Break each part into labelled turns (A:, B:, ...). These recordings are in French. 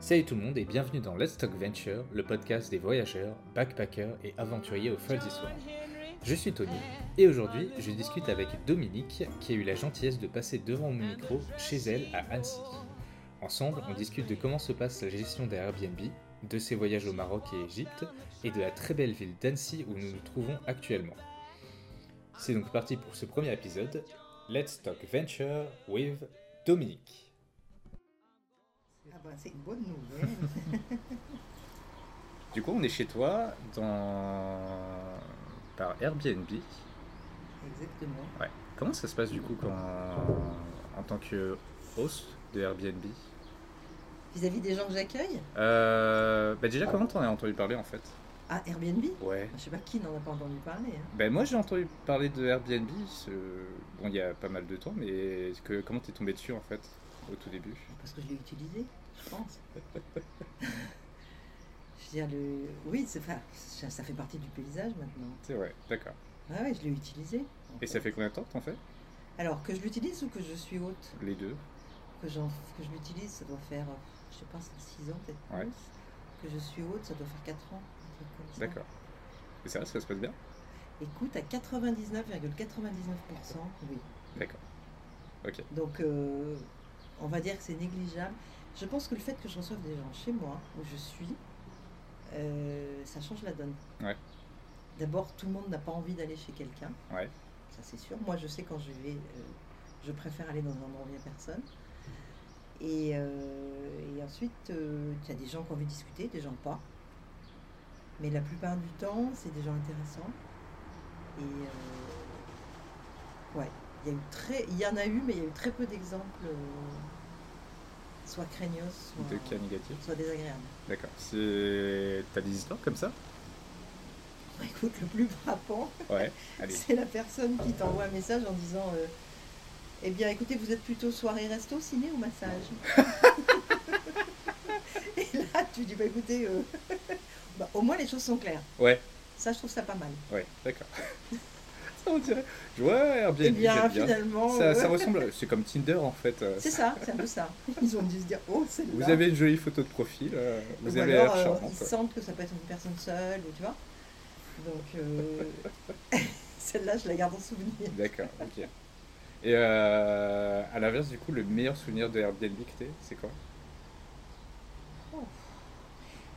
A: Salut tout le monde et bienvenue dans Let's Talk Venture, le podcast des voyageurs, backpackers et aventuriers aux folles histoires. Je suis Tony et aujourd'hui je discute avec Dominique qui a eu la gentillesse de passer devant mon micro chez elle à Annecy. Ensemble, on discute de comment se passe la gestion des Airbnb, de ses voyages au Maroc et Égypte et de la très belle ville d'Annecy où nous nous trouvons actuellement. C'est donc parti pour ce premier épisode. Let's Talk Venture with Dominique.
B: Ah ben, c'est une bonne nouvelle.
A: Du coup, on est chez toi dans... par Airbnb.
B: Exactement.
A: Ouais. Comment ça se passe du coup quand... en tant que host de Airbnb
B: Vis-à-vis des gens que j'accueille
A: euh... bah Déjà, comment t'en as entendu parler en fait
B: Ah, Airbnb
A: Ouais.
B: Je sais pas qui n'en a pas entendu parler. hein.
A: Ben moi j'ai entendu parler de Airbnb, euh, bon il y a pas mal de temps, mais est-ce que, comment t'es tombé dessus en fait au tout début
B: Parce que je l'ai utilisé, je pense. je veux dire, le... oui, c'est... enfin, ça, ça fait partie du paysage maintenant.
A: C'est vrai, d'accord.
B: Ah ouais, je l'ai utilisé. en
A: Et ça fait combien de temps que t'en fais
B: Alors, que je l'utilise ou que je suis haute
A: Les deux
B: que, j'en- que je l'utilise, ça doit faire, euh, je sais pas, 6 ans peut-être
A: Ouais.
B: plus. Que je suis haute, ça doit faire 4 ans. un truc comme ça.
A: D'accord. Et ça, ça se passe bien
B: Écoute, à 99,99%, oui.
A: D'accord. Ok.
B: Donc, euh, on va dire que c'est négligeable. Je pense que le fait que je reçoive des gens chez moi, où je suis, euh, ça change la donne.
A: Ouais.
B: D'abord, tout le monde n'a pas envie d'aller chez quelqu'un.
A: Ouais.
B: Ça, c'est sûr. Moi, je sais quand je vais, euh, je préfère aller dans un endroit où il n'y a personne. Et, euh, et ensuite, il y a des gens qui ont envie de discuter, des gens pas. Mais la plupart du temps, c'est des gens intéressants. Et euh, ouais, il y, a eu très, il y en a eu, mais il y a eu très peu d'exemples, euh, soit craignos,
A: Deux
B: soit,
A: cas négatifs
B: soit désagréables.
A: D'accord. C'est... T'as des histoires comme ça
B: Bah, écoute, le plus frappant,
A: Ouais. Allez.
B: c'est la personne qui t'envoie un message en disant euh, Eh bien, écoutez, vous êtes plutôt soirée resto, ciné ou massage Et là, tu dis Bah écoutez, euh, bah, au moins les choses sont claires.
A: Ouais.
B: Ça, je trouve ça pas mal.
A: Ouais, d'accord. ça on dirait. Je vois Airbnb.
B: Eh bien,
A: j'aime bien.
B: finalement,
A: Ça,
B: euh,
A: ça ressemble. C'est comme Tinder en fait. euh,
B: c'est ça, c'est un peu ça. Ils ont dû se dire Oh, c'est
A: Vous avez une jolie photo de profil. euh, Vous
B: Ou
A: avez
B: alors,
A: l'air
B: euh,
A: charmante.
B: ils sentent que ça peut être une personne seule, ou tu vois. Donc, euh, celle-là, je la garde en souvenir.
A: D'accord, ok. Et euh, à l'inverse, du coup, le meilleur souvenir de Airbnb que t'aies, c'est quoi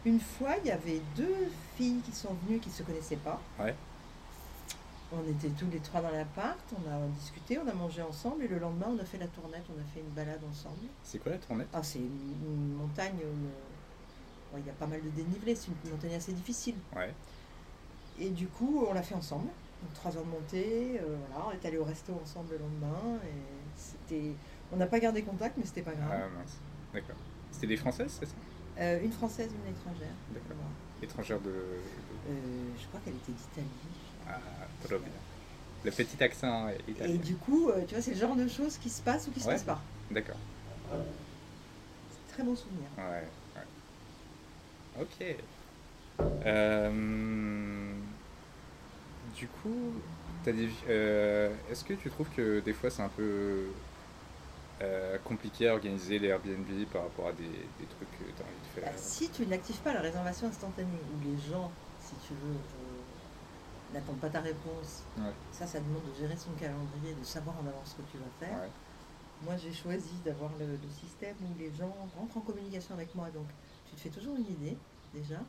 B: Une fois, il y avait deux filles qui sont venues qui ne se connaissaient pas.
A: Ouais.
B: On était tous les trois dans l'appart, on a discuté, on a mangé ensemble et le lendemain, on a fait la tournette, on a fait une balade ensemble.
A: C'est quoi la tournette
B: Ah, c'est une, une montagne, euh, bon, il y a pas mal de dénivelé, c'est une montagne assez difficile.
A: Ouais,
B: Et du coup, on l'a fait ensemble. Donc, trois heures de montée, euh, voilà, on est allé au resto ensemble le lendemain. Et c'était... On n'a pas gardé contact, mais c'était pas grave.
A: ah mince, d'accord. C'était des Françaises, c'est ça
B: Euh, une française, une étrangère.
A: D'accord.
B: Voilà.
A: Étrangères de... de-
B: Euh, je crois qu'elle était d'Italie.
A: Ah, trop bien. Le petit accent euh, italien.
B: Et du coup, euh, tu vois, c'est le genre de choses qui se passent ou qui se
A: Ouais.
B: passent pas.
A: D'accord,
B: C'est un très bon souvenir.
A: ouais, ouais. Ok. Euh, Du coup, t'as des... euh, est-ce que tu trouves que des fois c'est un peu euh, compliqué à organiser les Airbnb par rapport à des, des trucs que t'as envie de
B: Bah,
A: faire
B: si tu n'actives pas la réservation instantanée, où les gens, si tu veux, euh, n'attendent pas ta réponse,
A: Ouais.
B: ça, ça demande de gérer son calendrier, de savoir en avance ce que tu vas faire.
A: Ouais.
B: Moi, j'ai choisi d'avoir le, le système où les gens rentrent en communication avec moi, donc tu te fais toujours une idée, déjà.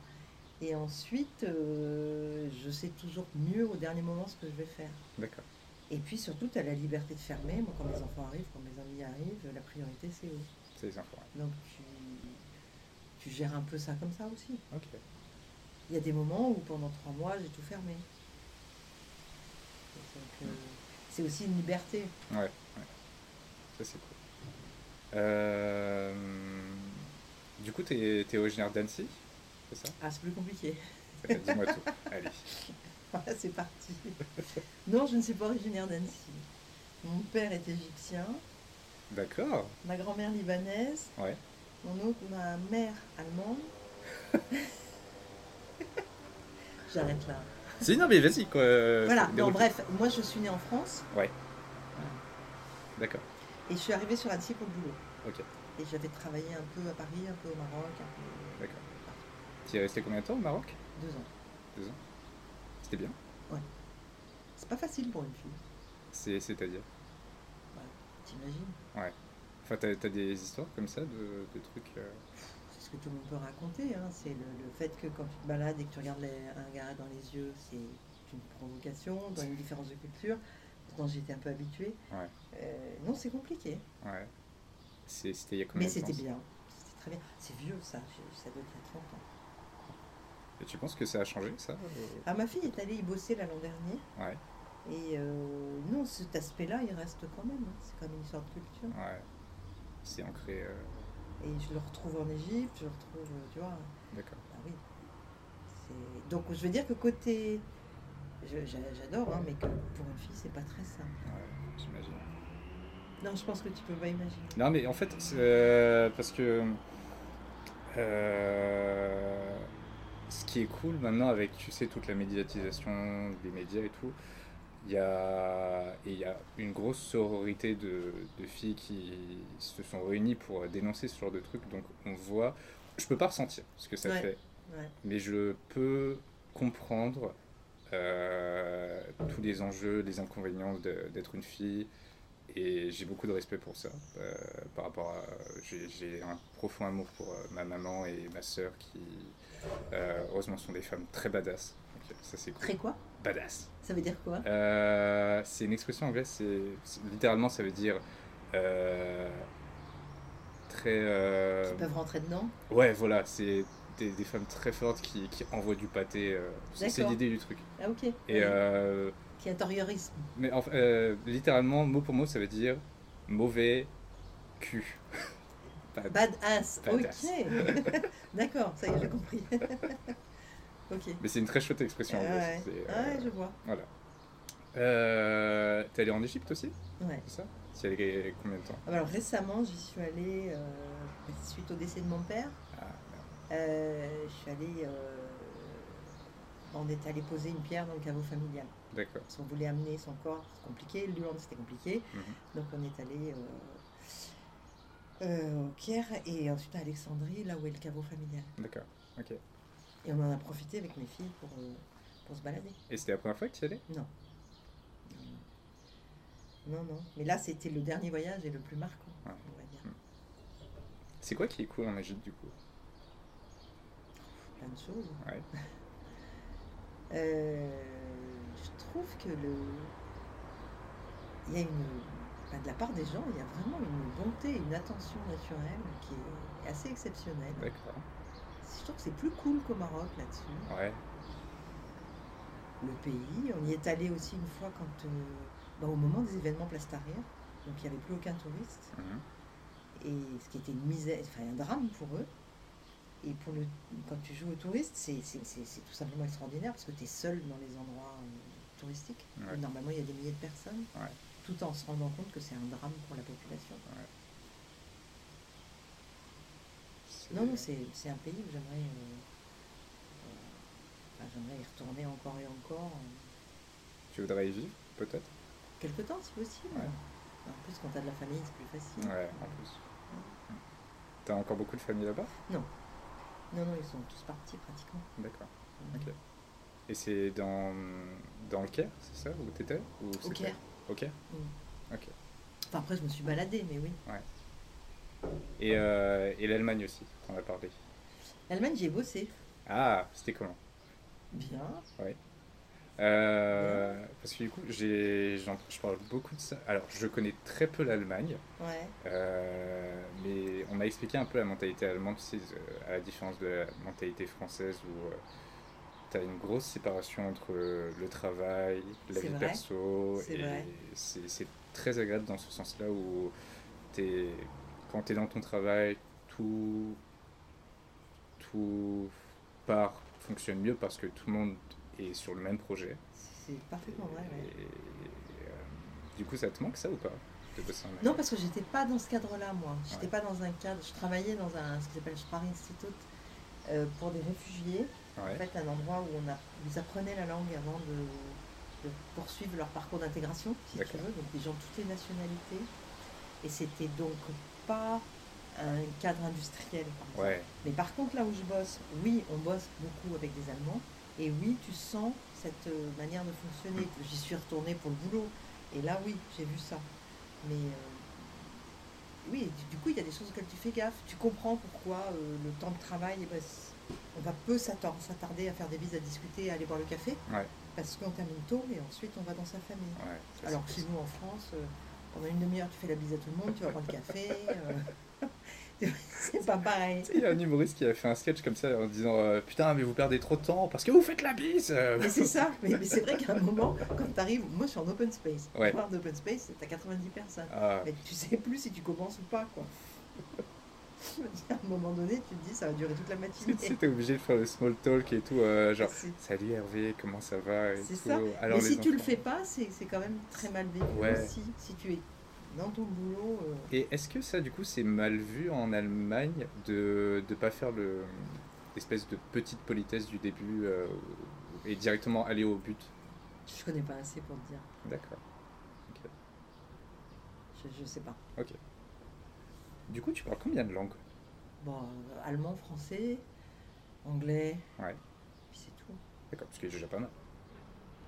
B: Et ensuite, euh, je sais toujours mieux au dernier moment ce que je vais faire.
A: D'accord.
B: Et puis surtout, tu as la liberté de fermer. Moi, quand mes enfants arrivent, quand mes amis arrivent, la priorité, c'est eux.
A: C'est les infos. ouais.
B: Donc, tu, tu gères un peu ça comme ça aussi.
A: Ok.
B: Il y a des moments où, pendant trois mois, j'ai tout fermé. Donc, euh, c'est aussi une liberté.
A: Ouais, ouais. Ça c'est cool. Euh, Du coup, t'es es originaire d'Annecy, c'est ça?
B: Ah, c'est plus compliqué.
A: Dis-moi tout. Allez.
B: Voilà, c'est parti. non, je ne suis pas originaire d'Annecy. Mon père est égyptien,
A: D'accord.
B: ma grand-mère libanaise,
A: Ouais.
B: mon autre, ma mère allemande. J'arrête là.
A: Si, non, mais vas-y, quoi. euh,
B: Voilà, non,
A: déroule.
B: bref, moi je suis née en France
A: D'accord.
B: et je suis arrivée sur Annecy pour le boulot.
A: Ok.
B: Et j'avais travaillé un peu à Paris, un peu au Maroc, un peu euh,
A: D'accord. Tu es resté combien de temps au Maroc
B: deux ans.
A: Deux ans. C'était bien
B: C'est pas facile pour une fille,
A: C'est- C'est-à-dire
B: t'imagines
A: Enfin, t'as t'as des histoires comme ça de, de trucs euh,
B: C'est ce que tout le monde peut raconter. hein. C'est le, le fait que quand tu te balades et que tu regardes les- un gars dans les yeux, c'est une provocation, dans une différence de culture. Pourtant, j'étais un peu habituée.
A: Ouais.
B: Euh, non, c'est compliqué.
A: Ouais. C'est- C'était il y a combien
B: Mais
A: de temps
B: c'était
A: ça
B: bien. C'était très bien. C'est vieux, ça. Je- Ça doit être il y a 30 ans.
A: Et tu penses que ça a changé ça
B: Ah, ma fille est allée y bosser là, l'an dernier.
A: Ouais.
B: Et euh, non, cet aspect-là, il reste quand même. hein. C'est quand même une sorte de culture.
A: Ouais. C'est ancré. euh,
B: Et je le retrouve en Égypte, je le retrouve, euh, tu vois.
A: D'accord.
B: Ah oui. C'est- Donc je veux dire que côté. je- j'a- J'adore, hein, mais que pour une fille, c'est pas très simple.
A: Ouais, j'imagine.
B: Non, je pense que tu peux pas imaginer.
A: Non, mais en fait, c'est, euh, parce que euh, ce qui est cool maintenant avec, tu sais, toute la médiatisation des médias et tout, il y a, et il y a une grosse sororité de, de filles qui se sont réunies pour dénoncer ce genre de truc. Donc, on voit. Je peux pas ressentir ce que ça
B: Ouais.
A: fait,
B: Ouais.
A: mais je peux comprendre euh, tous les enjeux, les inconvénients de- d'être une fille. Et j'ai beaucoup de respect pour ça. euh, par rapport à. j'ai- J'ai un profond amour pour euh, ma maman et ma sœur qui, euh, heureusement, sont des femmes très badass. Donc, ça, c'est cool.
B: Très quoi
A: Badass.
B: Ça veut dire quoi
A: Euh, c'est une expression anglaise, c'est, c'est- littéralement, ça veut dire. euh, très. euh,
B: Qui peuvent rentrer dedans
A: ouais, voilà, c'est des, des femmes très fortes qui, qui envoient du pâté. euh, c'est c'est
B: D'accord.
A: l'idée du truc.
B: Ah ok.
A: Et.
B: Ouais.
A: euh,
B: Qui intériorise.
A: mais en- euh, littéralement, mot pour mot, ça veut dire mauvais cul. Pas-
B: Bah. Badass.
A: euh, Badass.
B: Ok. D'accord, ça y est, j'ai compris. ok.
A: Mais c'est une très chouette expression.
B: Ah
A: anglaise,
B: ouais.
A: c'est, euh,
B: Ouais, je vois.
A: Voilà. Euh, T'es allé en Égypte aussi,
B: Ouais.
A: c'est ça T'y es allé combien de temps
B: Alors récemment, j'y suis allée euh, suite au décès de mon père.
A: Ah,
B: Euh, je suis allée. euh, on est allé poser une pierre dans le caveau familial.
A: D'accord.
B: Parce qu'on voulait amener son corps, c'est compliqué. L'Irlande, c'était compliqué.
A: Mhm.
B: Donc on est allé euh, euh, au Caire et ensuite à Alexandrie, là où est le caveau familial.
A: D'accord. Ok.
B: Et on en a profité avec mes filles pour, euh, pour se balader.
A: Et c'était la première fois que tu y allais
B: Non, non. Mais là, c'était le dernier voyage et le plus marquant,
A: Ouais.
B: on va dire.
A: C'est quoi qui est cool en Égypte du coup
B: Plein de choses. hein.
A: Ouais.
B: Euh, je trouve que le. Il y a une. ben, de la part des gens, il y a vraiment une bonté, une attention naturelle qui est assez exceptionnelle.
A: D'accord.
B: Je trouve que c'est plus cool qu'au Maroc là-dessus.
A: Ouais.
B: Le pays, on y est allé aussi une fois quand, euh, ben, au moment des événements Plastaria, donc il n'y avait plus aucun touriste,
A: Mhm.
B: et ce qui était une misère, enfin un drame pour eux. Et pour le, quand tu joues aux touristes, c'est c'est- c'est- c'est tout simplement extraordinaire parce que tu es seul dans les endroits euh, touristiques.
A: Ouais.
B: où Normalement, il y a des milliers de personnes,
A: Ouais.
B: tout en se rendant compte que c'est un drame pour la population.
A: C'est-
B: Non, non, c'est c'est un pays où j'aimerais euh, euh, enfin, j'aimerais y retourner encore et encore. euh,
A: Tu voudrais y vivre peut-être
B: quelque temps si possible.
A: Ouais.
B: En plus, quand t'as de la famille, c'est plus facile.
A: Ouais, en plus. Mhm. T'as encore beaucoup de famille là-bas
B: Non, non, ils sont tous partis pratiquement.
A: D'accord. Ok. Et c'est dans, dans le Caire, c'est ça Où t'étais Ou
B: Au
A: c'était-
B: Caire.
A: Au Caire
B: Enfin, après, je me suis baladée, mais oui.
A: Et, euh, et l'Allemagne aussi, on a parlé.
B: L'Allemagne, j'y ai bossé.
A: Ah, c'était comment
B: Bien.
A: Euh, Parce que du coup, j'ai, j'en- je parle beaucoup de ça. Alors, je connais très peu l'Allemagne,
B: Ouais.
A: euh, mais on m'a expliqué un peu la mentalité allemande, tu sais, euh, à la différence de la mentalité française où tu as une grosse séparation entre euh, le travail, la
B: C'est
A: vie
B: vrai.
A: perso,
B: C'est
A: et
B: vrai.
A: c'est, c'est très agréable dans ce sens-là où t'es, quand tu es dans ton travail, tout, tout part, fonctionne mieux parce que tout le monde est sur le même projet.
B: C'est parfaitement vrai. ouais.
A: Et, euh, du coup, ça te manque ça ou pas de bosser en
B: Non,
A: Allemagne
B: parce que j'étais pas dans ce cadre-là, moi. J'étais
A: Ouais.
B: pas dans un cadre. Je travaillais dans un, ce qui s'appelle Sprache Institute euh, pour des réfugiés.
A: Ouais.
B: En fait, un endroit où on a, ils apprenaient la langue avant de, de poursuivre leur parcours d'intégration, si tu
A: D'accord.
B: veux, donc des gens de toutes les nationalités. Et c'était donc pas un cadre industriel. par exemple.
A: Ouais.
B: Mais par contre, là où je bosse, oui, on bosse beaucoup avec des Allemands. Et oui, tu sens cette euh, manière de fonctionner. J'y suis retournée pour le boulot. Et là, oui, j'ai vu ça. Mais euh, oui, du- du coup, il y a des choses auxquelles tu fais gaffe. Tu comprends pourquoi euh, le temps de travail, eh ben, c- on va peu s'attendre- s'attarder à faire des bises, à discuter, à aller boire le café.
A: Ouais.
B: Parce qu'on termine tôt et ensuite on va dans sa famille.
A: Ouais, ça,
B: Alors que
A: c'est-
B: chez nous en France, euh, pendant une demi-heure, tu fais la bise à tout le monde, tu vas prendre le café. euh, c'est pas pareil.
A: Tu sais, Il y a un humoriste qui a fait un sketch comme ça en disant euh, Putain, mais vous perdez trop de temps parce que vous faites la bise euh.
B: Mais c'est ça, mais, mais c'est vrai qu'à un moment, quand tu arrives, moi je suis en open space.
A: Ouais.
B: Voir d'open space, t'as 90 personnes.
A: Ah,
B: Mais tu sais plus si tu commences ou pas, quoi. Je veux dire, à un moment donné, tu te dis, ça va durer toute la matinée.
A: si- si t'es obligé de faire le small talk et tout, euh, genre
B: C'est-
A: Salut Hervé, comment ça va et
B: C'est
A: tout.
B: ça.
A: Alors,
B: mais
A: les
B: si tu le
A: enfants.
B: fais pas, c'est c'est quand même très mal vécu
A: Ouais.
B: aussi. Si tu es dans ton boulot, euh,
A: Et est-ce que ça, du coup, c'est mal vu en Allemagne de ne pas faire le, l'espèce de petite politesse du début euh, et directement aller au but
B: je connais pas assez pour te dire.
A: D'accord.
B: Je, je sais pas.
A: Du coup, tu parles combien de langues
B: Bon, euh, allemand, français, anglais.
A: Ouais.
B: Puis c'est tout.
A: D'accord, parce que déjà pas mal.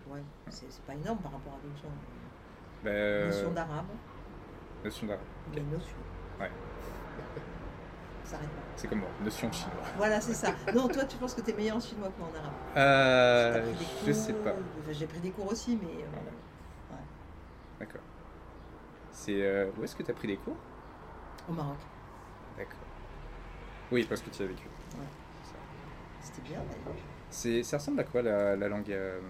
B: Ouais, c'est c'est pas énorme par rapport à d'autres gens.
A: Ben,
B: Notion d'arabe,
A: notion d'arabe.
B: il y a une notion.
A: Ouais.
B: Ça s'arrête pas.
A: C'est comme moi, notion chinois.
B: Voilà, c'est ça. Non, toi, tu penses que t'es meilleur en chinois qu'en arabe. T'as
A: Euh,
B: pris des
A: je
B: cours,
A: sais pas.
B: enfin, J'ai pris des cours aussi, mais euh,
A: Voilà. D'accord. C'est euh, où est-ce que tu as pris des cours
B: au Maroc,
A: D'accord. Oui, parce que tu y as vécu.
B: c'était bien. d'ailleurs.
A: C'est, ça ressemble à quoi la, la langue euh,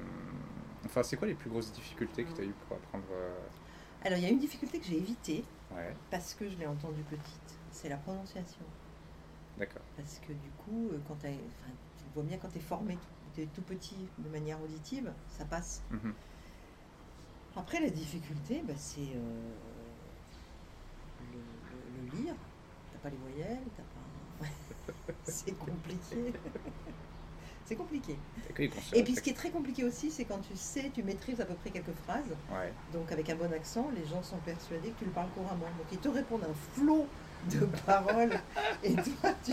A: Enfin, c'est quoi les plus grosses difficultés que tu as eues pour apprendre euh,
B: Alors, il y a une difficulté que j'ai évitée
A: Ouais,
B: parce que je l'ai entendue petite. C'est la prononciation.
A: d'accord.
B: Parce que du coup, euh, quand t'as- enfin, tu le vois bien quand t'es formé, t'es tout petit de manière auditive, ça passe.
A: Mhm.
B: Après, la difficulté, bah, c'est euh, le, le- le lire. T'as pas les voyelles, t'as pas. c'est compliqué. c'est compliqué.
A: D'accord, ils considèrent-
B: Et puis ce qui est très compliqué aussi, c'est quand tu sais, tu maîtrises à peu près quelques phrases.
A: Ouais,
B: Donc avec un bon accent, les gens sont persuadés que tu le parles couramment. Donc ils te répondent un flot de paroles. et toi, tu,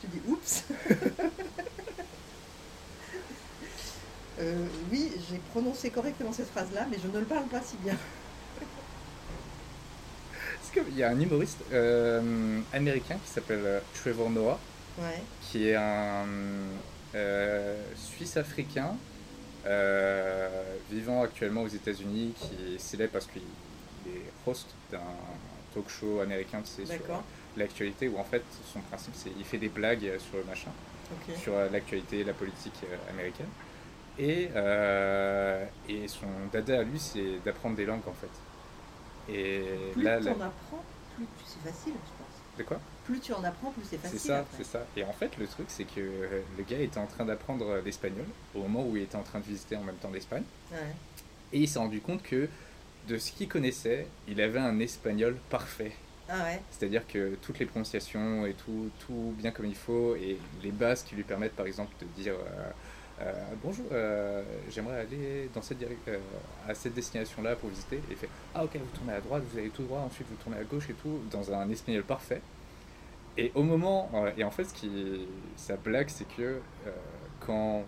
B: tu dis oups. Euh, oui, j'ai prononcé correctement cette phrase-là, mais je ne le parle pas si bien.
A: Est-ce qu'il y a un humoriste euh, américain qui s'appelle euh, Trevor Noah,
B: Ouais.
A: qui est un euh, Suisse-Africain euh, vivant actuellement aux États-Unis, qui est célèbre parce qu'il il est host d'un talk show américain, tu sais, sur
B: D'accord.
A: l'actualité, où en fait son principe c'est il fait des blagues euh, sur le machin.
B: Ok.
A: sur euh, l'actualité et la politique euh, américaine. Et, euh, et son dada à lui, c'est d'apprendre des langues en fait. Et
B: Plus
A: là,
B: tu
A: la-
B: en apprends, plus tu- c'est facile, je pense.
A: de quoi
B: Plus tu en apprends, plus c'est
A: C'est
B: facile.
A: ça,
B: après.
A: c'est ça. Et en fait, le truc, c'est que euh, le gars était en train d'apprendre euh, l'espagnol au moment où il était en train de visiter en même temps l'Espagne.
B: Ouais.
A: Et il s'est rendu compte que de ce qu'il connaissait, il avait un espagnol parfait.
B: Ah ouais.
A: C'est-à-dire que toutes les prononciations et tout, tout bien comme il faut, et les bases qui lui permettent par exemple de dire euh, euh, bonjour, euh, j'aimerais aller dans cette direc- euh, à cette destination-là pour visiter, et il fait ah ok, vous tournez à droite, vous allez tout droit, ensuite vous tournez à gauche et tout, dans un espagnol parfait. Et au moment, euh, et en fait, ce qui, sa blague, c'est que euh, quand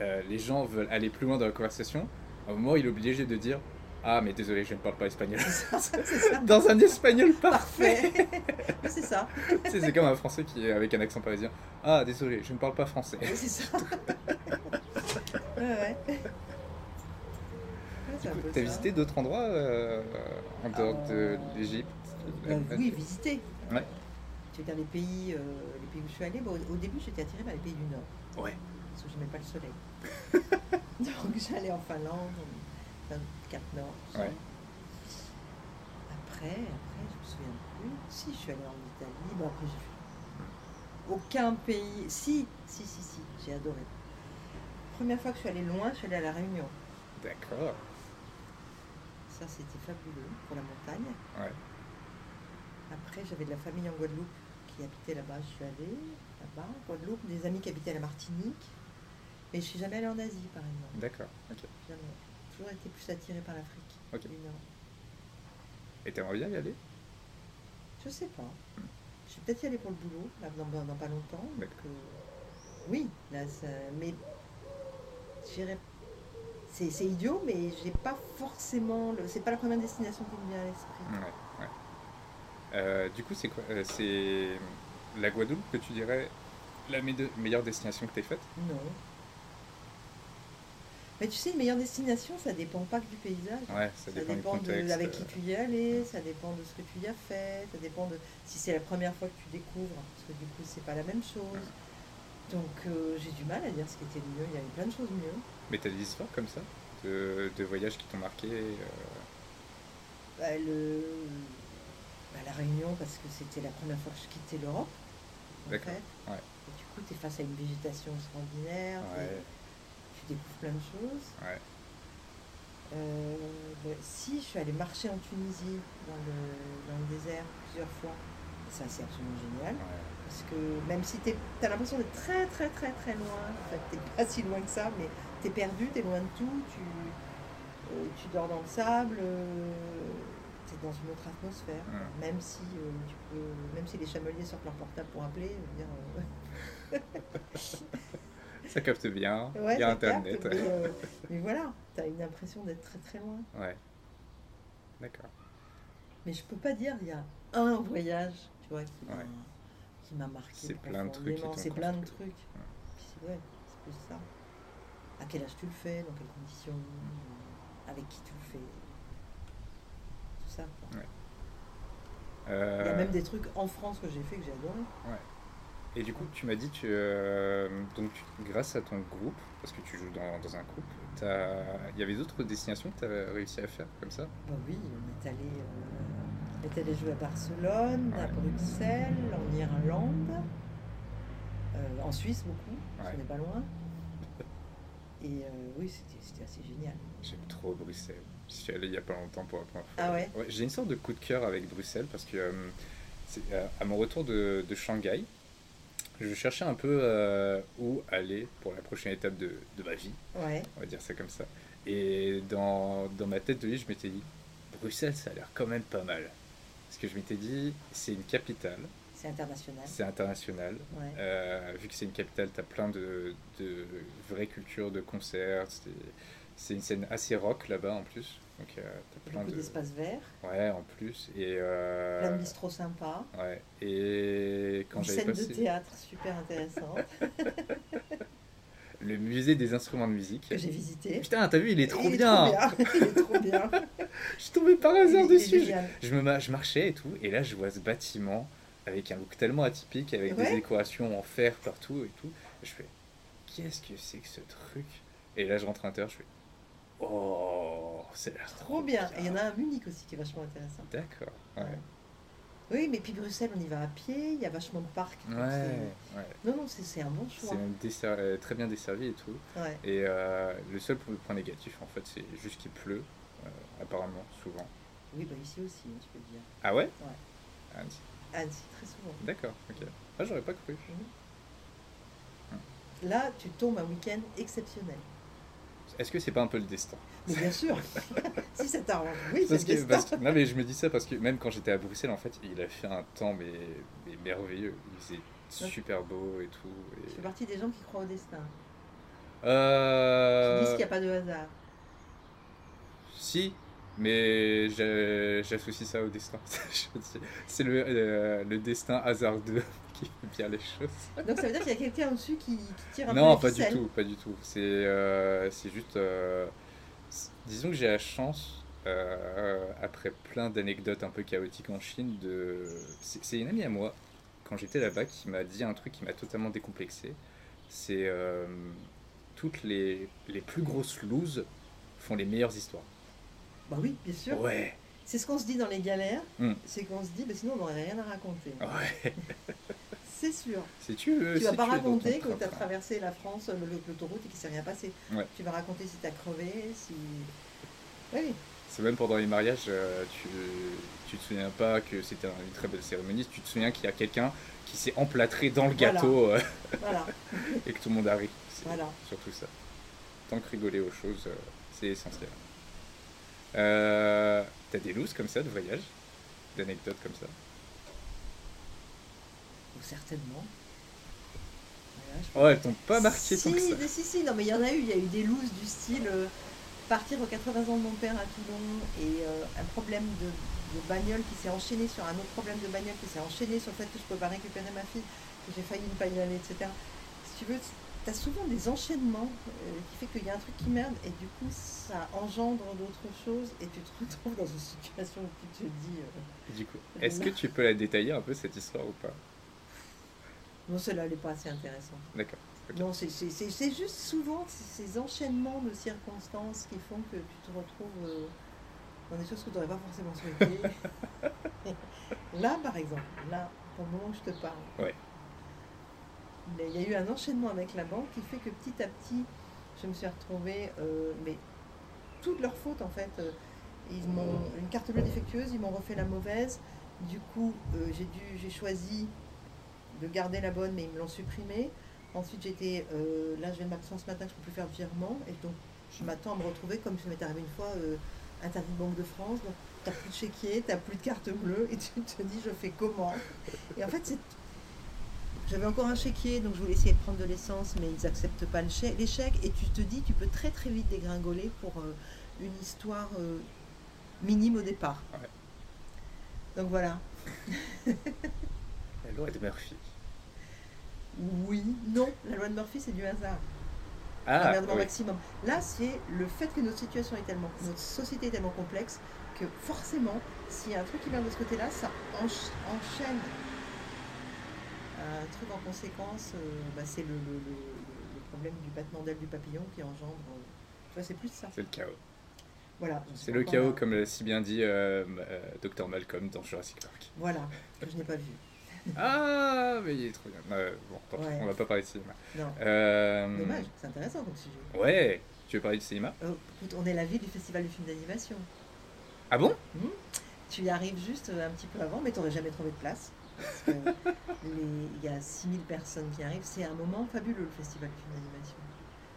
A: euh, les gens veulent aller plus loin dans la conversation, au moment, il est obligé de dire ah mais désolé, je ne parle pas espagnol.
B: c'est ça.
A: dans un espagnol parfait.
B: Parfait. Oui, c'est ça.
A: Tu sais, c'est comme un français qui est avec un accent parisien. Ah, désolé, je ne parle pas français.
B: Oui, c'est ça. ouais, ouais. Ouais, c'est
A: Du
B: un
A: coup,
B: peu
A: t'as
B: ça.
A: visité d'autres endroits euh, en
B: Ah
A: dehors de l'Égypte
B: Bah oui, visiter.
A: Ouais.
B: Tu veux dire les pays, euh, les pays où je suis allée. Bon, au- au début, j'étais attirée par les pays du Nord.
A: Ouais.
B: Parce que je n'aimais pas le soleil. Donc j'allais en Finlande, en- dans le Cap Nord. tout ça.
A: Ouais.
B: Après, après, je me souviens plus. Si, je suis allée en Italie. Bon, après, j'ai fait aucun pays. Si, si, si, si, j'ai adoré. Première fois que je suis allée loin, je suis allée à La Réunion.
A: D'accord.
B: Ça, c'était fabuleux pour la montagne.
A: Ouais.
B: Après, j'avais de la famille en Guadeloupe qui habitait là-bas. Je suis allée là-bas, en Guadeloupe, des amis qui habitaient à la Martinique. Mais je suis jamais allée en Asie, par exemple.
A: D'accord. Ok.
B: Jamais. Toujours été plus attirée par l'Afrique
A: Ok.
B: du Nord.
A: Et t'aimerais bien y aller
B: Je Je sais pas.
A: Mm.
B: Je vais peut-être y aller pour le boulot, là, dans, dans- dans pas longtemps. Donc,
A: D'accord.
B: euh, oui, là, ça, mais j'irai. C'est c'est idiot, mais j'ai pas forcément. le- C'est pas la première destination qui me vient à l'esprit.
A: Ouais, ouais. Euh, du coup, c'est quoi euh, C'est la Guadeloupe que tu dirais la me- meilleure destination que t'aies faite
B: Non. Mais tu sais, une meilleure destination, ça dépend pas que du paysage.
A: Ouais, ça
B: Ça
A: dépend du
B: dépend de
A: contexte.
B: avec
A: euh,
B: qui tu y es allé, ça dépend de ce que tu y as fait, ça dépend de si c'est la première fois que tu découvres, parce que du coup c'est pas la même chose. Donc euh, j'ai du mal à dire ce qui était le mieux, il y avait plein de choses mieux.
A: Mais t'as des histoires comme ça de, de voyages qui t'ont marqué euh,
B: Bah, le... bah, la Réunion, parce que c'était la première fois que je quittais l'Europe, en
A: D'accord,
B: fait.
A: ouais.
B: Et du coup tu es face à une végétation extraordinaire, t'es-
A: Ouais,
B: tu découvres plein de choses.
A: Ouais.
B: Euh, bah, si, je suis allée marcher en Tunisie, dans le, dans le désert, plusieurs fois. Et ça, c'est absolument génial.
A: ouais.
B: Parce que même si t'es- t'as l'impression d'être très, très, très, très loin, en fait, t'es pas si loin que ça, mais t'es perdu, t'es loin de tout, tu, euh, tu dors dans le sable, euh, t'es dans une autre atmosphère.
A: Mm.
B: Même si euh, tu peux- même si les chameliers sortent leur portable pour appeler, je veux dire, euh,
A: Ça capte bien,
B: Ouais,
A: il y a
B: ça capte,
A: Internet.
B: mais, euh, mais voilà, tu as une impression d'être très très loin.
A: Ouais. D'accord.
B: Mais je peux pas dire, il y a un voyage, tu vois, qui m'a
A: Ouais.
B: qui m'a marqué.
A: C'est plein de trucs qui
B: profondément.
A: t'ont
B: C'est plein de trucs.
A: construit. Ouais.
B: Puis c'est ouais, c'est plus ça. À quel âge tu le fais, dans quelles conditions, euh, avec qui tu le fais. Tout ça. quoi. Il y a
A: Euh,
B: même des trucs en France que j'ai fait que j'ai adoré.
A: Et du coup, tu m'as dit, tu, euh, donc, grâce à ton groupe, parce que tu joues dans, dans un groupe, t'as- il y avait d'autres destinations que tu as réussi à faire comme ça
B: Bah oui, on est allé, euh, on est allé jouer à Barcelone, à
A: Ouais.
B: Bruxelles, en Irlande, euh, en Suisse beaucoup, parce
A: Ouais.
B: qu'on n'est pas loin. Et euh, oui, c'était c'était assez génial.
A: J'aime trop Bruxelles. Je suis allé il y a pas longtemps pour la première fois.
B: Ah ouais
A: Ouais, J'ai une sorte de coup de cœur avec Bruxelles parce que euh, c'est, euh, à mon retour de, de Shanghai, je cherchais un peu euh, où aller pour la prochaine étape de, de ma vie,
B: Ouais.
A: on va dire ça comme ça. Et dans, dans ma tête de lit, je m'étais dit, Bruxelles, ça a l'air quand même pas mal. Parce que je m'étais dit, c'est une capitale,
B: C'est international.
A: c'est international,
B: Ouais.
A: euh, vu que c'est une capitale, tu as plein de, de vraies cultures de concerts. c'est- C'est une scène assez rock là-bas en plus. Donc euh, t'as plein
B: Beaucoup
A: de.
B: d'espaces verts,
A: Ouais, en plus. Et. euh,
B: plein de bistrots sympas,
A: Ouais. Et quand
B: une
A: j'avais
B: scène de
A: passé.
B: théâtre super intéressante
A: Le musée des instruments de musique.
B: que j'ai visité.
A: Putain, t'as vu, il est trop
B: Il est
A: bien!
B: Il est trop bien.
A: Je suis tombé par
B: Il est-
A: hasard
B: il est
A: dessus! Je-
B: génial.
A: Je, me, ma- je marchais et tout, et là je vois ce bâtiment avec un look tellement atypique, avec
B: Ouais.
A: des décorations en fer partout et tout. Et je fais, qu'est-ce que c'est que ce truc? Et là je rentre à l'intérieur, je fais, oh, c'est l'air
B: Trop bien. Et il y en a un à Munich aussi qui est vachement intéressant.
A: D'accord, ouais.
B: Ouais. Oui, mais puis Bruxelles, on y va à pied, il y a vachement de parcs. donc
A: Ouais, ouais.
B: c'est- Non, non, c'est c'est un bon
A: C'est
B: choix.
A: même desser- euh, très bien desservi et tout.
B: Ouais.
A: Et euh, le seul point négatif, en fait, c'est juste qu'il pleut, euh, apparemment, souvent.
B: Oui, bah ici aussi, tu peux dire.
A: Ah ouais? Ah,
B: Annecy, très souvent.
A: d'accord, ok. Ah, j'aurais pas cru.
B: Là, tu tombes un week-end exceptionnel.
A: Est-ce que c'est pas un peu le destin?
B: Mais bien sûr, si ça t'arrange, oui, c'est
A: Parce
B: le
A: que,
B: destin.
A: parce que- non mais je me dis ça parce que même quand j'étais à Bruxelles en fait il a fait un temps mais, mais merveilleux il faisait super beau et tout
B: Je fais
A: et...
B: partie des gens qui croient au destin, qui
A: Euh,
B: disent qu'il n'y a pas de hasard.
A: si mais j'a- j'associe ça au destin Je dis, c'est le, euh, le destin hasardeux qui fait bien les choses
B: Donc ça veut dire qu'il y a quelqu'un au-dessus qui, qui tire un peu
A: non
B: la
A: pas du
B: ficelle.
A: tout pas du tout c'est euh, c'est juste euh, c- disons que j'ai la chance euh, après plein d'anecdotes un peu chaotiques en Chine de c'est c'est une amie à moi quand j'étais là-bas qui m'a dit un truc qui m'a totalement décomplexé c'est euh, toutes les, les plus grosses loses font les meilleures histoires
B: Bah oui, bien sûr.
A: ouais
B: C'est ce qu'on se dit dans les galères,
A: Hmm. Ah.
B: c'est qu'on se dit, bah, sinon on n'aurait rien à raconter.
A: ouais
B: C'est sûr.
A: si tu veux
B: Tu vas
A: si
B: pas
A: es dans ton
B: raconter que tu as
A: train-train.
B: traversé la France, le- le- l'autoroute et qu'il s'est rien passé.
A: Ouais.
B: Tu vas raconter si tu as crevé, si. Oui,
A: C'est même pendant les mariages, euh, tu, tu te souviens pas que c'était une très belle cérémonie, tu te souviens qu'il y a quelqu'un qui s'est emplâtré dans le
B: Voilà.
A: gâteau euh,
B: voilà,
A: et que tout le monde a ri. C'est
B: voilà.
A: surtout ça. Tant que rigoler aux choses, euh, c'est essentiel. Euh, T'as des looses comme ça de voyage D'anecdotes comme ça
B: Donc certainement. Voilà, je-
A: Ouais, Oh, elles t'ont pas marqué
B: si,
A: tant que ça.
B: des- si, si, non, mais il y en a eu. Il y a eu des looses du style euh, partir aux 80 ans de mon père à Toulon et euh, un problème de, de bagnole qui s'est enchaîné sur un autre problème de bagnole qui s'est enchaîné sur le fait que je ne peux pas récupérer ma fille, que j'ai failli ne pas y aller, etc. Si tu veux, tu as souvent des enchaînements euh, qui fait qu'il y a un truc qui merde et du coup, ça engendre d'autres choses et tu te retrouves dans une situation où tu te dis. euh,
A: Du coup, est-ce que tu peux la détailler un peu cette histoire ou pas
B: Non, celle-là, n'est pas assez intéressante.
A: D'accord, ok.
B: Non, c'est- c'est c'est- c'est juste souvent ces ces enchaînements de circonstances qui font que tu te retrouves euh, dans des choses que tu n'aurais pas forcément souhaité. là, par exemple, là, pour le moment où je te parle,
A: Ouais.
B: mais il y a eu un enchaînement avec la banque qui fait que petit à petit, je me suis retrouvée, euh, mais toute leur faute en fait. euh, ils m'ont une carte bleue défectueuse, ils m'ont refait la mauvaise. Du coup, euh, j'ai dû, j'ai choisi de garder la bonne, mais ils me l'ont supprimée. Ensuite, j'étais euh, là, je viens de m'absenter ce matin, je ne peux plus faire de virement, et donc je m'attends à me retrouver comme ça m'est arrivé une fois, euh, interdit de Banque de France. Donc, t'as plus de chéquier, t'as plus de carte bleue, et tu te dis, je fais comment Et en fait, c'est j'avais encore un chéquier, donc je voulais essayer de prendre de l'essence, mais ils acceptent pas le chè- les chèques. Et tu te dis, tu peux très très vite dégringoler pour euh, une histoire euh, minime au départ.
A: Ouais.
B: Donc voilà.
A: La loi de Murphy.
B: Oui, non, la loi de Murphy, c'est du hasard.
A: Ah,
B: Emmerdement
A: oui.
B: maximum. Là, c'est le fait que notre situation est tellement, notre société est tellement complexe que forcément, s'il y a un truc qui vient de ce côté-là, ça ench- enchaîne un truc en conséquence. euh, bah, c'est le, le- le- le- le problème du battement d'aile du papillon qui engendre. euh, tu vois, c'est plus ça.
A: c'est le chaos.
B: Voilà.
A: C'est le
B: Encore
A: chaos,
B: là.
A: comme l'a si bien dit euh, euh, Dr Malcolm dans Jurassic Park.
B: Voilà, que je n'ai pas vu.
A: Ah, mais il est trop bien. Euh, bon, tant pis,
B: Ouais.
A: on va pas parler de cinéma.
B: Non,
A: Euh,
B: dommage, c'est intéressant comme sujet.
A: Ouais, tu veux parler de cinéma
B: Euh, écoute, on est la ville du festival du film d'animation.
A: Ah bon
B: Tu y arrives juste euh, un petit peu avant, mais tu n'aurais jamais trouvé de place. Parce que les- il y a 6000 personnes qui arrivent. C'est un moment fabuleux, le Festival du film d'animation.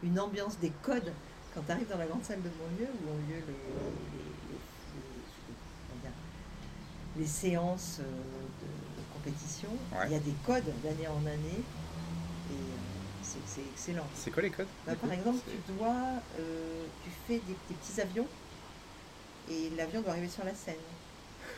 B: Une ambiance, des codes. Quand tu arrives dans la grande salle de banlieue, où ont lieu les, les- les- les- comment dire, les séances euh, de, de compétition,
A: Ouais.
B: il y a des codes d'année en année. Et euh, c'est- c'est excellent.
A: C'est quoi les codes
B: Bah,
A: du
B: par
A: coup
B: exemple,
A: C'est-
B: tu dois, euh, tu fais des, des petits avions et l'avion doit arriver sur la scène.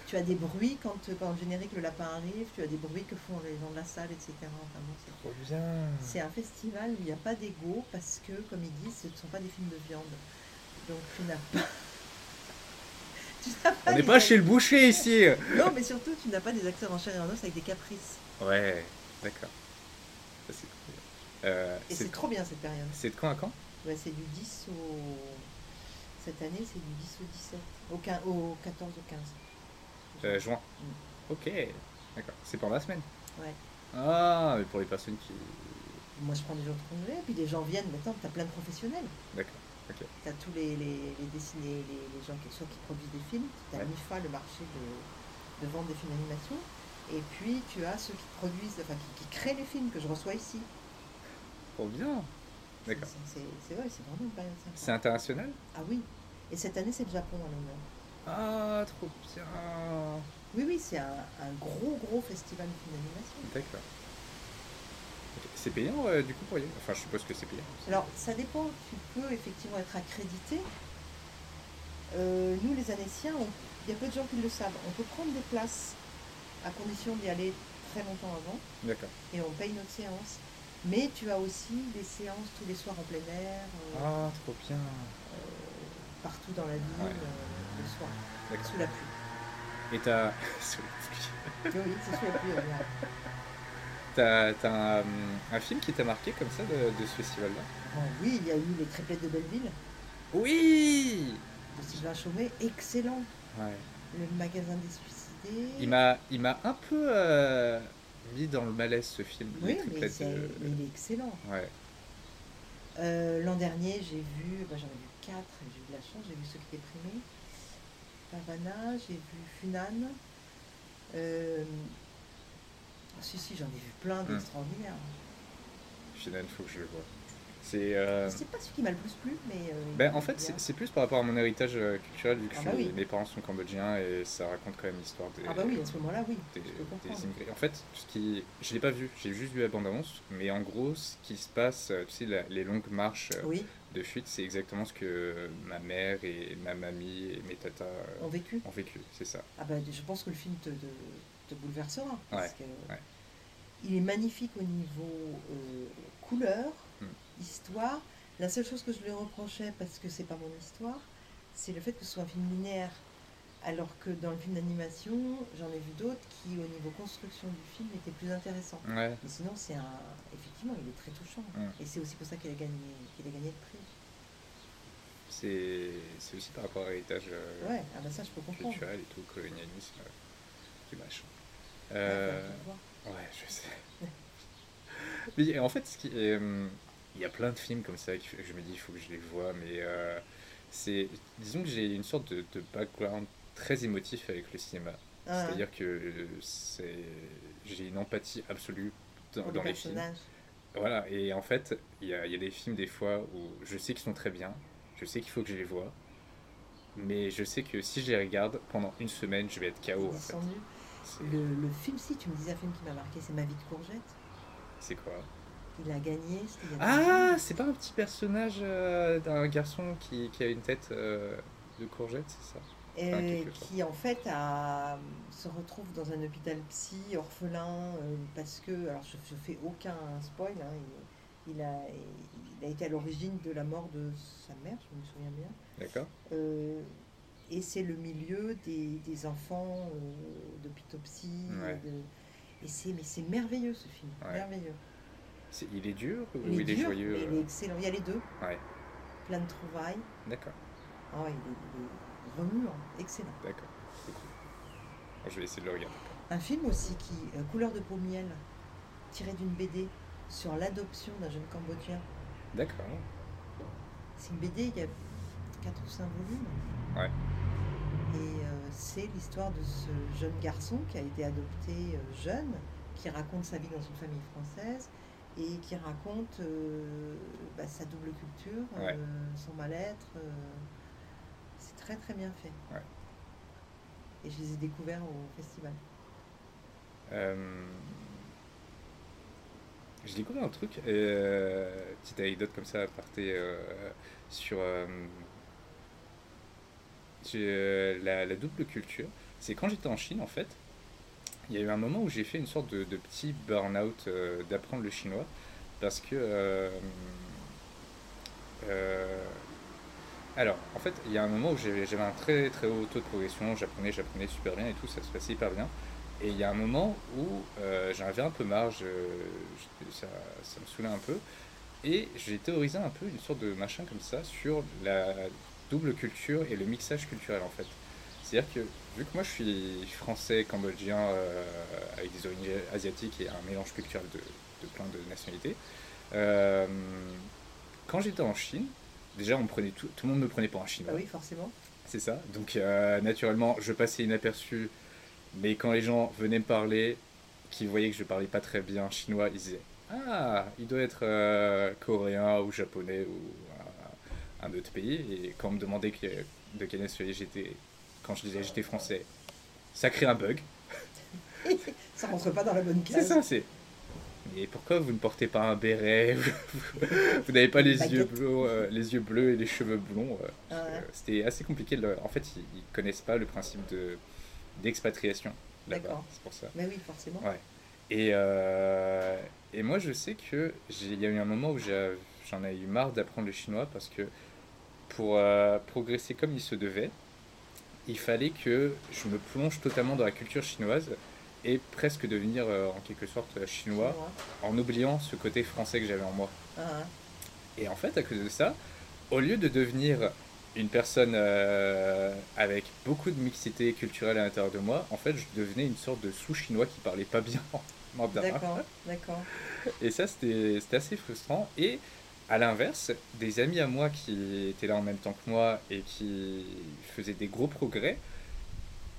B: Tu as des bruits quand, euh, quand le générique le lapin arrive, tu as des bruits que font les gens de la salle, etc. Enfin, bon, c'est-
A: Trop bien.
B: c'est un festival où il n'y a pas d'ego parce que, comme ils disent, ce ne sont pas des films de viande. Donc tu n'as pas. tu n'as pas
A: On n'est
B: les
A: pas
B: ac-
A: chez le boucher ici
B: Non, mais surtout, tu n'as pas des acteurs en chair et en os avec des caprices.
A: Ouais, d'accord. Ça, c'est cool. Euh,
B: Et c'est
A: c'est
B: trop bien cette période.
A: c'est de quand à quand
B: Ouais, c'est du 10 au. Cette année, c'est du 10 au 17. Au, quin- au 14 au 15.
A: Euh, Juin. Ok, d'accord. C'est pendant la semaine
B: Mm. Ouais.
A: Ah, mais pour les personnes qui.
B: Moi, je prends des gens de congé, puis les gens viennent. Maintenant, tu as plein de professionnels.
A: D'accord.
B: Tu as tous les, les, les dessinés, les, les gens qui, soit qui produisent des films. Tu as
A: Ouais.
B: MIFA, le marché de, de vente des films d'animation. Et puis, tu as ceux qui produisent, enfin, qui, qui créent les films que je reçois ici.
A: Trop bien.
B: C'est
A: D'accord.
B: c'est- c'est vrai, c'est vraiment une période sympa.
A: C'est international
B: Ah oui. Et cette année, c'est le Japon à l'honneur.
A: Ah, trop bien.
B: Oui, oui, c'est un, un gros, gros festival de films d'animation.
A: D'accord. Ok. C'est payant euh, du coup pour y aller Enfin, je suppose que c'est payant.
B: Alors, ça dépend. Tu peux effectivement être accrédité. Euh, nous, les Annéciens, on- il y a peu de gens qui le savent. On peut prendre des places à condition d'y aller très longtemps avant
A: D'accord.
B: et on paye notre séance. Mais tu as aussi des séances tous les soirs en plein air, euh,
A: Ah, trop bien.
B: partout dans la ville,
A: Ouais.
B: euh, le soir,
A: D'accord.
B: sous la pluie.
A: Et t'as. sous la pluie.
B: Oui, c'est sous la pluie. on verra.
A: T'as t'as un, un film qui t'a marqué comme ça de, de ce festival-là
B: Bon, oui, il y a eu les triplettes de Belleville
A: Oui
B: de Sylvain Chaumet. Excellent.
A: ouais.
B: Le magasin des suicidés.
A: Il m'a il m'a un peu euh, mis dans le malaise ce film. les
B: Oui, mais,
A: triplettes
B: c'est-
A: de-
B: mais il est excellent.
A: Ouais.
B: Euh, L'an dernier, j'ai vu, bah, j'en ai vu quatre, j'ai eu de la chance, j'ai vu ceux qui étaient primés. Pavana, j'ai vu Funan. Euh,
A: Hmm.
B: ah, si, si, j'en ai vu plein d'extraordinaires.
A: Finalement, faut que je le vois. C'est. euh,
B: C'est pas ce qui m'a le plus plu, mais. euh,
A: Ben, en fait,
B: bien.
A: c'est c'est plus par rapport à mon héritage euh, culturel, vu que
B: Ah
A: je
B: bah
A: suis-
B: oui.
A: mes parents sont cambodgiens et ça raconte quand même l'histoire des,
B: Ah bah oui, à ce moment-là, oui.
A: des-
B: je peux
A: des
B: comprendre.
A: immigrés. En fait, ce qui, je l'ai pas vu, j'ai juste vu la bande-annonce, mais en gros, ce qui se passe, euh, tu sais, la- les longues marches euh,
B: Oui,
A: de fuite, c'est exactement ce que ma mère et ma mamie et mes tatas euh,
B: on vécu.
A: ont vécu, c'est ça.
B: Ah bah, je pense que le film te, te, te bouleversera. parce que
A: ouais.
B: Il est magnifique au niveau euh, couleur,
A: Hmm.
B: histoire. La seule chose que je lui reprochais, parce que c'est pas mon histoire, c'est le fait que ce soit un film linéaire. Alors que dans le film d'animation, j'en ai vu d'autres qui, au niveau construction du film, étaient plus intéressants.
A: Ouais,
B: Mais sinon, c'est un. Effectivement, il est très touchant.
A: Hmm.
B: Et c'est aussi pour ça qu'il a gagné, qu'il a gagné le prix.
A: c'est c'est aussi par rapport à l'héritage euh,
B: Ouais, ah bah ça, je peux comprendre.
A: culturel et tout, colonialisme, euh, du machin.
B: Ouais,
A: Euh,
B: Ah, faut le voir.
A: Ouais, je sais. Mais en fait, ce qui est, euh, il y a plein de films comme ça que je me dis, il faut que je les vois, mais euh, c'est, disons que j'ai une sorte de, de background très émotif avec le cinéma.
B: Ah,
A: C'est-à-dire que euh, c'est, j'ai une empathie absolue dans,
B: pour
A: dans
B: le
A: les films.
B: personnage.
A: Voilà, et en fait, il y a, il y a des films des fois où je sais qu'ils sont très bien, je sais qu'il faut que je les vois, mais je sais que si je les regarde pendant une semaine, je vais être KO en
B: Ils
A: fait.
B: sont nuls.
A: C'est,
B: Le, le film, si tu me disais un film qui m'a marqué, c'est Ma vie de courgette.
A: c'est quoi?
B: Il a gagné. c'était il y a deux
A: Ah,
B: ans.
A: c'est pas un petit personnage euh, d'un garçon qui, qui a une tête euh, de courgette, c'est ça?
B: Et
A: enfin, quelque chose.
B: qui en fait a- euh, se retrouve dans un hôpital psy, orphelin, euh, parce que. Alors je, je fais aucun spoil, hein, il, il a, il a été à l'origine de la mort de sa mère, je me souviens bien.
A: D'accord?
B: Euh, et c'est le milieu des, des enfants euh, d'hôpitaux psy.
A: Ouais.
B: de- et c'est mais c'est merveilleux ce film,
A: Ouais.
B: merveilleux.
A: C'est- il est dur ou
B: Il est dur,
A: joyeux?
B: mais il
A: euh,
B: est excellent. Il y a les deux.
A: Ouais.
B: Plein de trouvailles.
A: D'accord,
B: Ah ouais, il est, il est remuant, excellent.
A: d'accord. c'est cool. Bon, Je vais essayer de le regarder.
B: Un film aussi qui, euh, Couleur de peau miel, tiré d'une BD sur l'adoption d'un jeune Cambodgien.
A: D'accord.
B: C'est une BD, il y a 4 ou 5 volumes.
A: Ouais.
B: Et euh, c'est l'histoire de ce jeune garçon qui a été adopté euh, jeune, qui raconte sa vie dans une famille française et qui raconte euh, bah, sa double culture,
A: Ouais.
B: euh, son mal-être. euh, c'est très très bien fait.
A: Ouais.
B: Et je les ai découverts au festival.
A: Euh, J'ai découvert un truc, euh, petite anecdote comme ça à parté euh, sur, euh, sur, euh, la, la double culture. C'est quand j'étais en Chine, en fait, il y a eu un moment où j'ai fait une sorte de, de petit burn-out euh, d'apprendre le chinois parce que. euh, euh, alors, en fait, il y a un moment où j'avais j'avais un très très haut taux de progression, j'apprenais, j'apprenais super bien et tout, ça se passait hyper bien. Et il y a un moment où euh, j'en avais un peu marre, je- je- ça, ça me saoulait un peu. Et j'ai théorisé un peu une sorte de machin comme ça sur la double culture et le mixage culturel en fait. C'est-à-dire que vu que moi je suis français, cambodgien, euh, avec des origines asiatiques et un mélange culturel de, de plein de nationalités, euh, quand j'étais en Chine, déjà on me prenait tout, tout le monde me prenait pour un
B: Bah
A: Chinois.
B: oui, forcément.
A: C'est ça. Donc, euh, naturellement, je passais inaperçu. Mais quand les gens venaient me parler, qui voyaient que je parlais pas très bien chinois, ils disaient Ah, il doit être euh, coréen ou japonais ou un, un autre pays. Et quand on me demandait que- de quelle nationalité j'étais, quand je disais j'étais français, ça crée un bug.
B: Ça rentre pas dans la bonne
A: C'est
B: case.
A: ça, c'est. Mais pourquoi vous ne portez pas un béret Vous- Vous n'avez pas les
B: Baguette.
A: yeux, bleus, euh, les yeux bleus et les cheveux blonds euh,
B: Ouais.
A: euh, C'était assez compliqué. de le- En fait, ils, ils connaissent pas le principe de d'expatriation là-bas.
B: D'accord.
A: C'est pour ça.
B: Mais oui, forcément.
A: Ouais. Et, euh, et moi, je sais que j'ai- il y a eu un moment où j'ai- j'en ai eu marre d'apprendre le chinois parce que pour euh, progresser comme il se devait, il fallait que je me plonge totalement dans la culture chinoise et presque devenir euh, en quelque sorte chinois
B: Chinois.
A: en oubliant ce côté français que j'avais en moi.
B: Ah,
A: Et en fait, à cause de ça, au lieu de devenir une personne euh, avec beaucoup de mixité culturelle à l'intérieur de moi, en fait, je devenais une sorte de sous-chinois qui parlait pas bien mandarin.
B: D'accord, d'accord.
A: Et ça, c'était c'était assez frustrant. Et à l'inverse, des amis à moi qui étaient là en même temps que moi et qui faisaient des gros progrès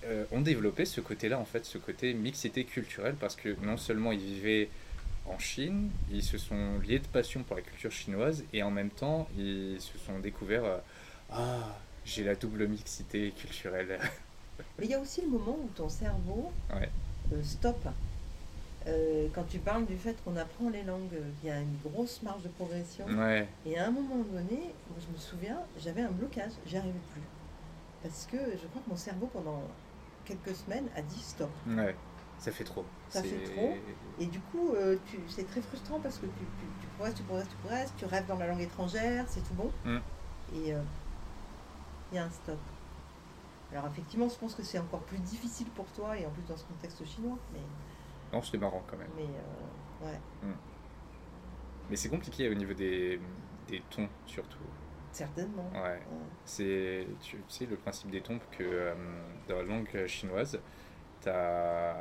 A: euh, ont développé ce côté-là, en fait, ce côté mixité culturelle, parce que non seulement ils vivaient en Chine, ils se sont liés de passion pour la culture chinoise et en même temps, ils se sont découverts euh, Ah, j'ai la double mixité culturelle.
B: Mais il y a aussi le moment où ton cerveau
A: Ouais.
B: euh, stoppe. Euh, quand tu parles du fait qu'on apprend les langues, euh, il y a une grosse marge de progression.
A: ouais,
B: Et à un moment donné, moi, je me souviens, j'avais un blocage, j'y arrivais plus. Parce que je crois que mon cerveau, pendant quelques semaines, a dit stop.
A: ouais, ça fait trop.
B: Ça fait
A: C'est-
B: trop. Et du coup, euh, tu- c'est très frustrant parce que tu, tu- tu progresses, tu progresses, tu progresses, tu rêves dans la langue étrangère, c'est tout bon.
A: Mm.
B: Et euh, il y a un stop. Alors effectivement, je pense que c'est encore plus difficile pour toi et en plus dans ce contexte chinois. Mais,
A: Non, c'était marrant quand même.
B: mais euh, ouais,
A: Mais c'est compliqué au niveau des, des tons surtout.
B: certainement.
A: Ouais.
B: Ouais.
A: C'est, tu sais, le principe des tons que euh, dans la langue chinoise, t'as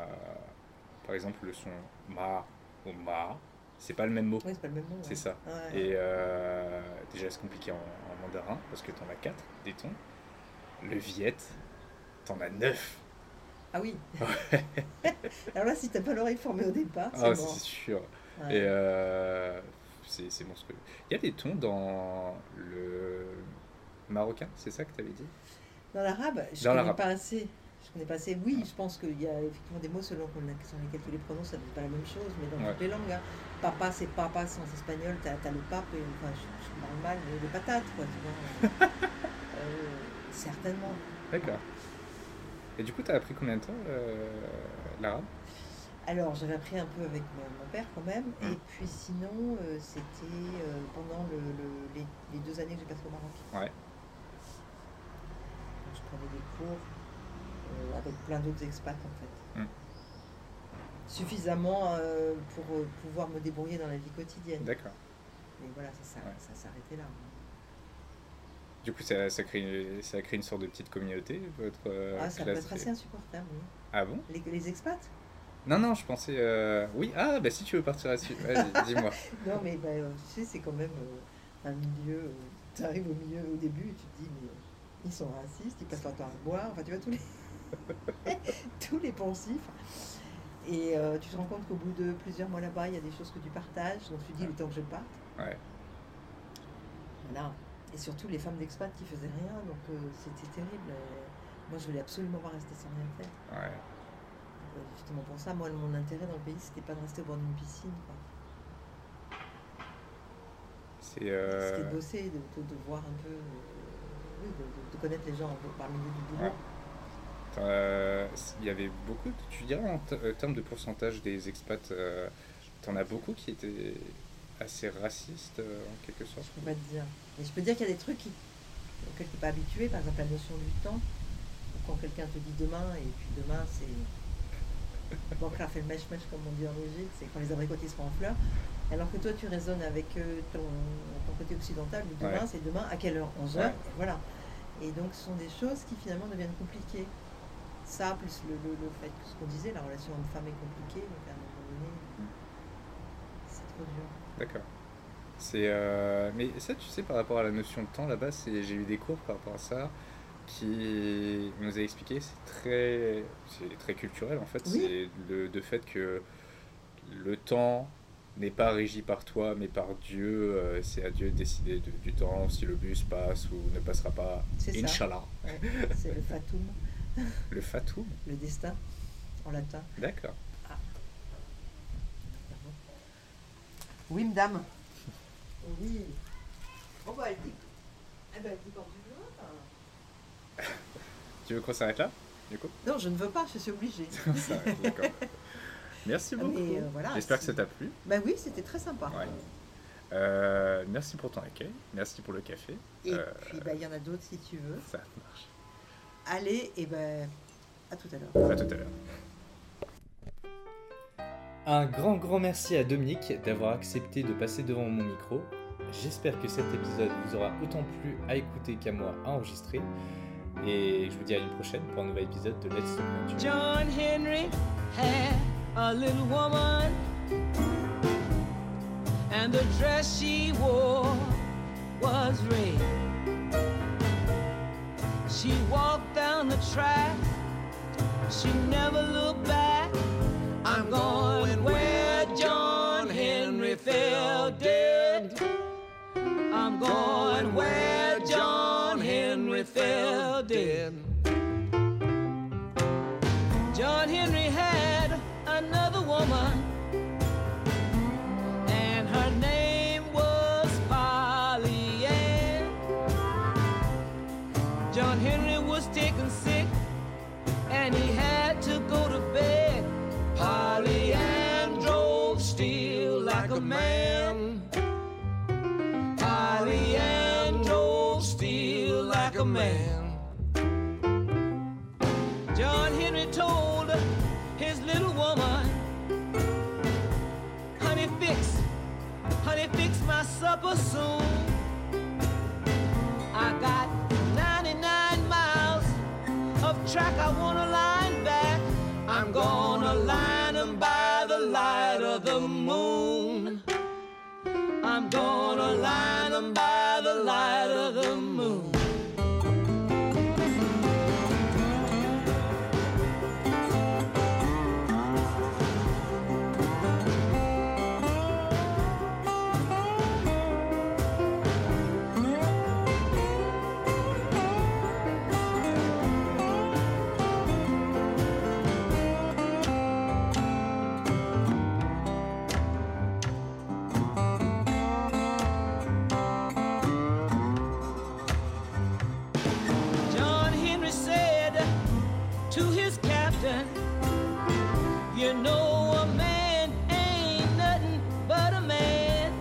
A: par exemple le son ma ou ma, c'est pas le même mot,
B: Oui, c'est pas le même mot.
A: c'est
B: ouais.
A: ça.
B: Ouais.
A: Et euh, déjà c'est compliqué en, en mandarin parce que t'en as quatre des tons. Le viet, t'en as neuf.
B: Ah oui Alors là, si t'as pas l'oreille formée au départ, c'est
A: Ah,
B: mort.
A: c'est sûr.
B: Ouais.
A: Et euh, c'est c'est monstrueux. Il y a des tons dans le marocain, c'est ça que t'avais dit?
B: Dans l'arabe, je
A: Dans
B: connais
A: l'arabe.
B: pas assez. Je connais pas assez. Oui,
A: Ouais.
B: je pense qu'il y a effectivement des mots selon qu'on a- sur lesquels tu les prononces, ça ne veut pas la même chose, mais dans
A: Ouais.
B: toutes les langues. hein. Papa, c'est papa, c'est en espagnol, t'as as le pape, et enfin, je, je parle mal, mais les patates, quoi, tu vois. Euh, certainement.
A: D'accord. Et du coup, t'as appris combien de temps euh, l'arabe?
B: Alors, j'avais appris un peu avec mon, mon père quand même,
A: Mm.
B: et puis sinon, euh, c'était euh, pendant le- le- les, les deux années que j'ai passées au Maroc.
A: Ouais.
B: Donc, je prenais des cours euh, avec plein d'autres expats en fait.
A: Mm.
B: Suffisamment euh, pour euh, pouvoir me débrouiller dans la vie quotidienne.
A: D'accord.
B: Mais voilà, ça, s'ar-
A: Ouais.
B: ça s'arrêtait là.
A: Du coup, ça, ça crée, ça crée une sorte de petite communauté, votre euh,
B: ah, ça peut
A: classe
B: être assez
A: et-
B: insupportable. oui.
A: Ah bon?
B: Les, les expats
A: Non, non, je pensais... euh, Oui, ah, bah si tu veux partir là-dessus, vas-y, dis-moi.
B: Non, mais bah, euh, tu sais, c'est quand même euh, un milieu. tu arrives au milieu au début et tu te dis, mais euh, ils sont racistes, ils passent leur temps à boire, enfin, tu vois, tous les, tous les pensifs. Et euh, tu te rends compte qu'au bout de plusieurs mois là-bas, il y a des choses que tu partages, donc tu dis, le temps que je parte.
A: Ouais.
B: Voilà. Et surtout, les femmes d'expat qui faisaient rien, donc euh, c'était terrible. Euh, moi, je voulais absolument pas rester sans rien faire.
A: Ouais.
B: Euh, Justement pour ça, moi, mon intérêt dans le pays, c'était pas de rester au bord d'une piscine. quoi.
A: C'est...
B: C'était de
A: euh,
B: bosser, de, de- de voir un peu, euh, oui, de, de- de connaître les gens un peu par le milieu du boulot.
A: Ouais. euh, Il y avait beaucoup, de- tu dirais en te- euh, termes de pourcentage des expats, euh, t'en as beaucoup qui étaient assez racistes, euh, en quelque sorte?
B: Je peux pas te dire. Mais je peux dire qu'il y a des trucs qui, auxquels tu n'es pas habitué, par exemple la notion du temps. Ou quand quelqu'un te dit demain, et puis demain, c'est. Bon, Claire fait le mèche-mèche, comme on dit en Belgique, c'est quand les abricotiers seront en fleurs. Alors que toi, tu raisonnes avec euh, ton, ton côté occidental, où demain,
A: Ouais.
B: c'est demain, à quelle heure 11
A: Ouais.
B: heures, et voilà. Et donc, ce sont des choses qui finalement deviennent compliquées. Ça, plus le, le- le fait que ce qu'on disait, la relation homme-femme est compliquée, donc à un moment donné,
A: Mm.
B: c'est trop dur.
A: D'accord. C'est euh, mais ça tu sais par rapport à la notion de temps là-bas, c'est j'ai eu des cours par rapport à ça qui nous a expliqué c'est très c'est très culturel en fait,
B: Oui.
A: c'est le de fait que le temps n'est pas régi par toi mais par Dieu, euh, c'est à Dieu de décider de- du temps si le bus passe ou ne passera pas.
B: C'est ça.
A: Inch'Allah.
B: C'est le fatum,
A: Le fatou,
B: le destin, en latin.
A: d'accord.
B: Oui, madame. Oui. Bon, bah, elle dit. Eh ben, elle dit quand tu veux.
A: Tu veux qu'on s'arrête là? Du coup?
B: Non, je ne veux pas, je suis obligée.
A: On s'arrête, d'accord. Merci
B: Mais,
A: beaucoup.
B: euh, voilà,
A: J'espère que
B: si-
A: ça t'a plu.
B: bah oui, c'était très sympa.
A: Ouais. Euh, merci pour ton accueil, merci pour le café.
B: Et
A: Euh,
B: puis, bah, il y en a d'autres si tu veux.
A: Ça marche.
B: Allez, et ben, à tout à l'heure.
A: À tout à l'heure.
C: Un grand grand merci à Dominique d'avoir accepté de passer devant mon micro. J'espère que cet épisode vous aura autant plu à écouter qu'à moi à enregistrer. Et je vous dis à une prochaine pour un nouvel épisode de Let's Talk Nature.
D: John Henry had a little woman, and the dress she wore was red. She walked down the track, she never looked back. I'm going where John Henry. fell dead. I'm going where John Henry fell dead. John Henry had another woman, and her name was Polly Ann. John Henry was taken sick, and he had to go to bed. Polly Ann drove still like a man. Polly Ann drove still like a man. John Henry told his little woman, Honey, fix, honey, fix my supper soon. I got 99 miles of track I wanna line back. I'm gonna line 'em by the light of the moon. I'm gonna line 'em by the light of the moon. John Henry said to his captain, You know, a man ain't nothing but a man.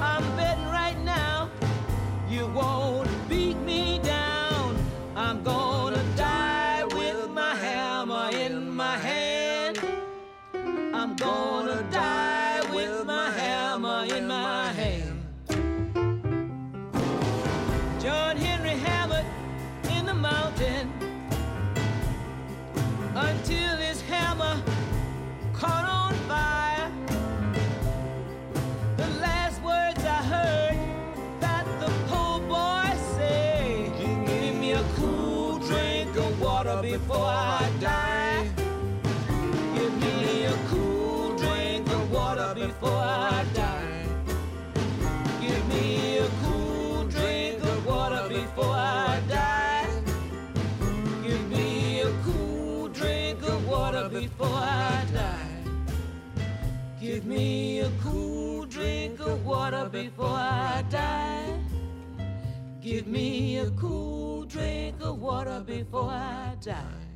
D: I'm betting right now you won't beat me down. I'm gonna die with my hammer in my hand. I'm gonna die with my hammer in my hand. John Henry hammered in the mountain until his hammer caught on fire. The last words I heard that the poor boy say, "Give me a cool drink of water before I die. Give me a cool drink of water before I die." Give me a cool drink of water before I die. Give me a cool drink of water before I die. Give me a cool drink of water before I die. Give me a cool drink of water before I die.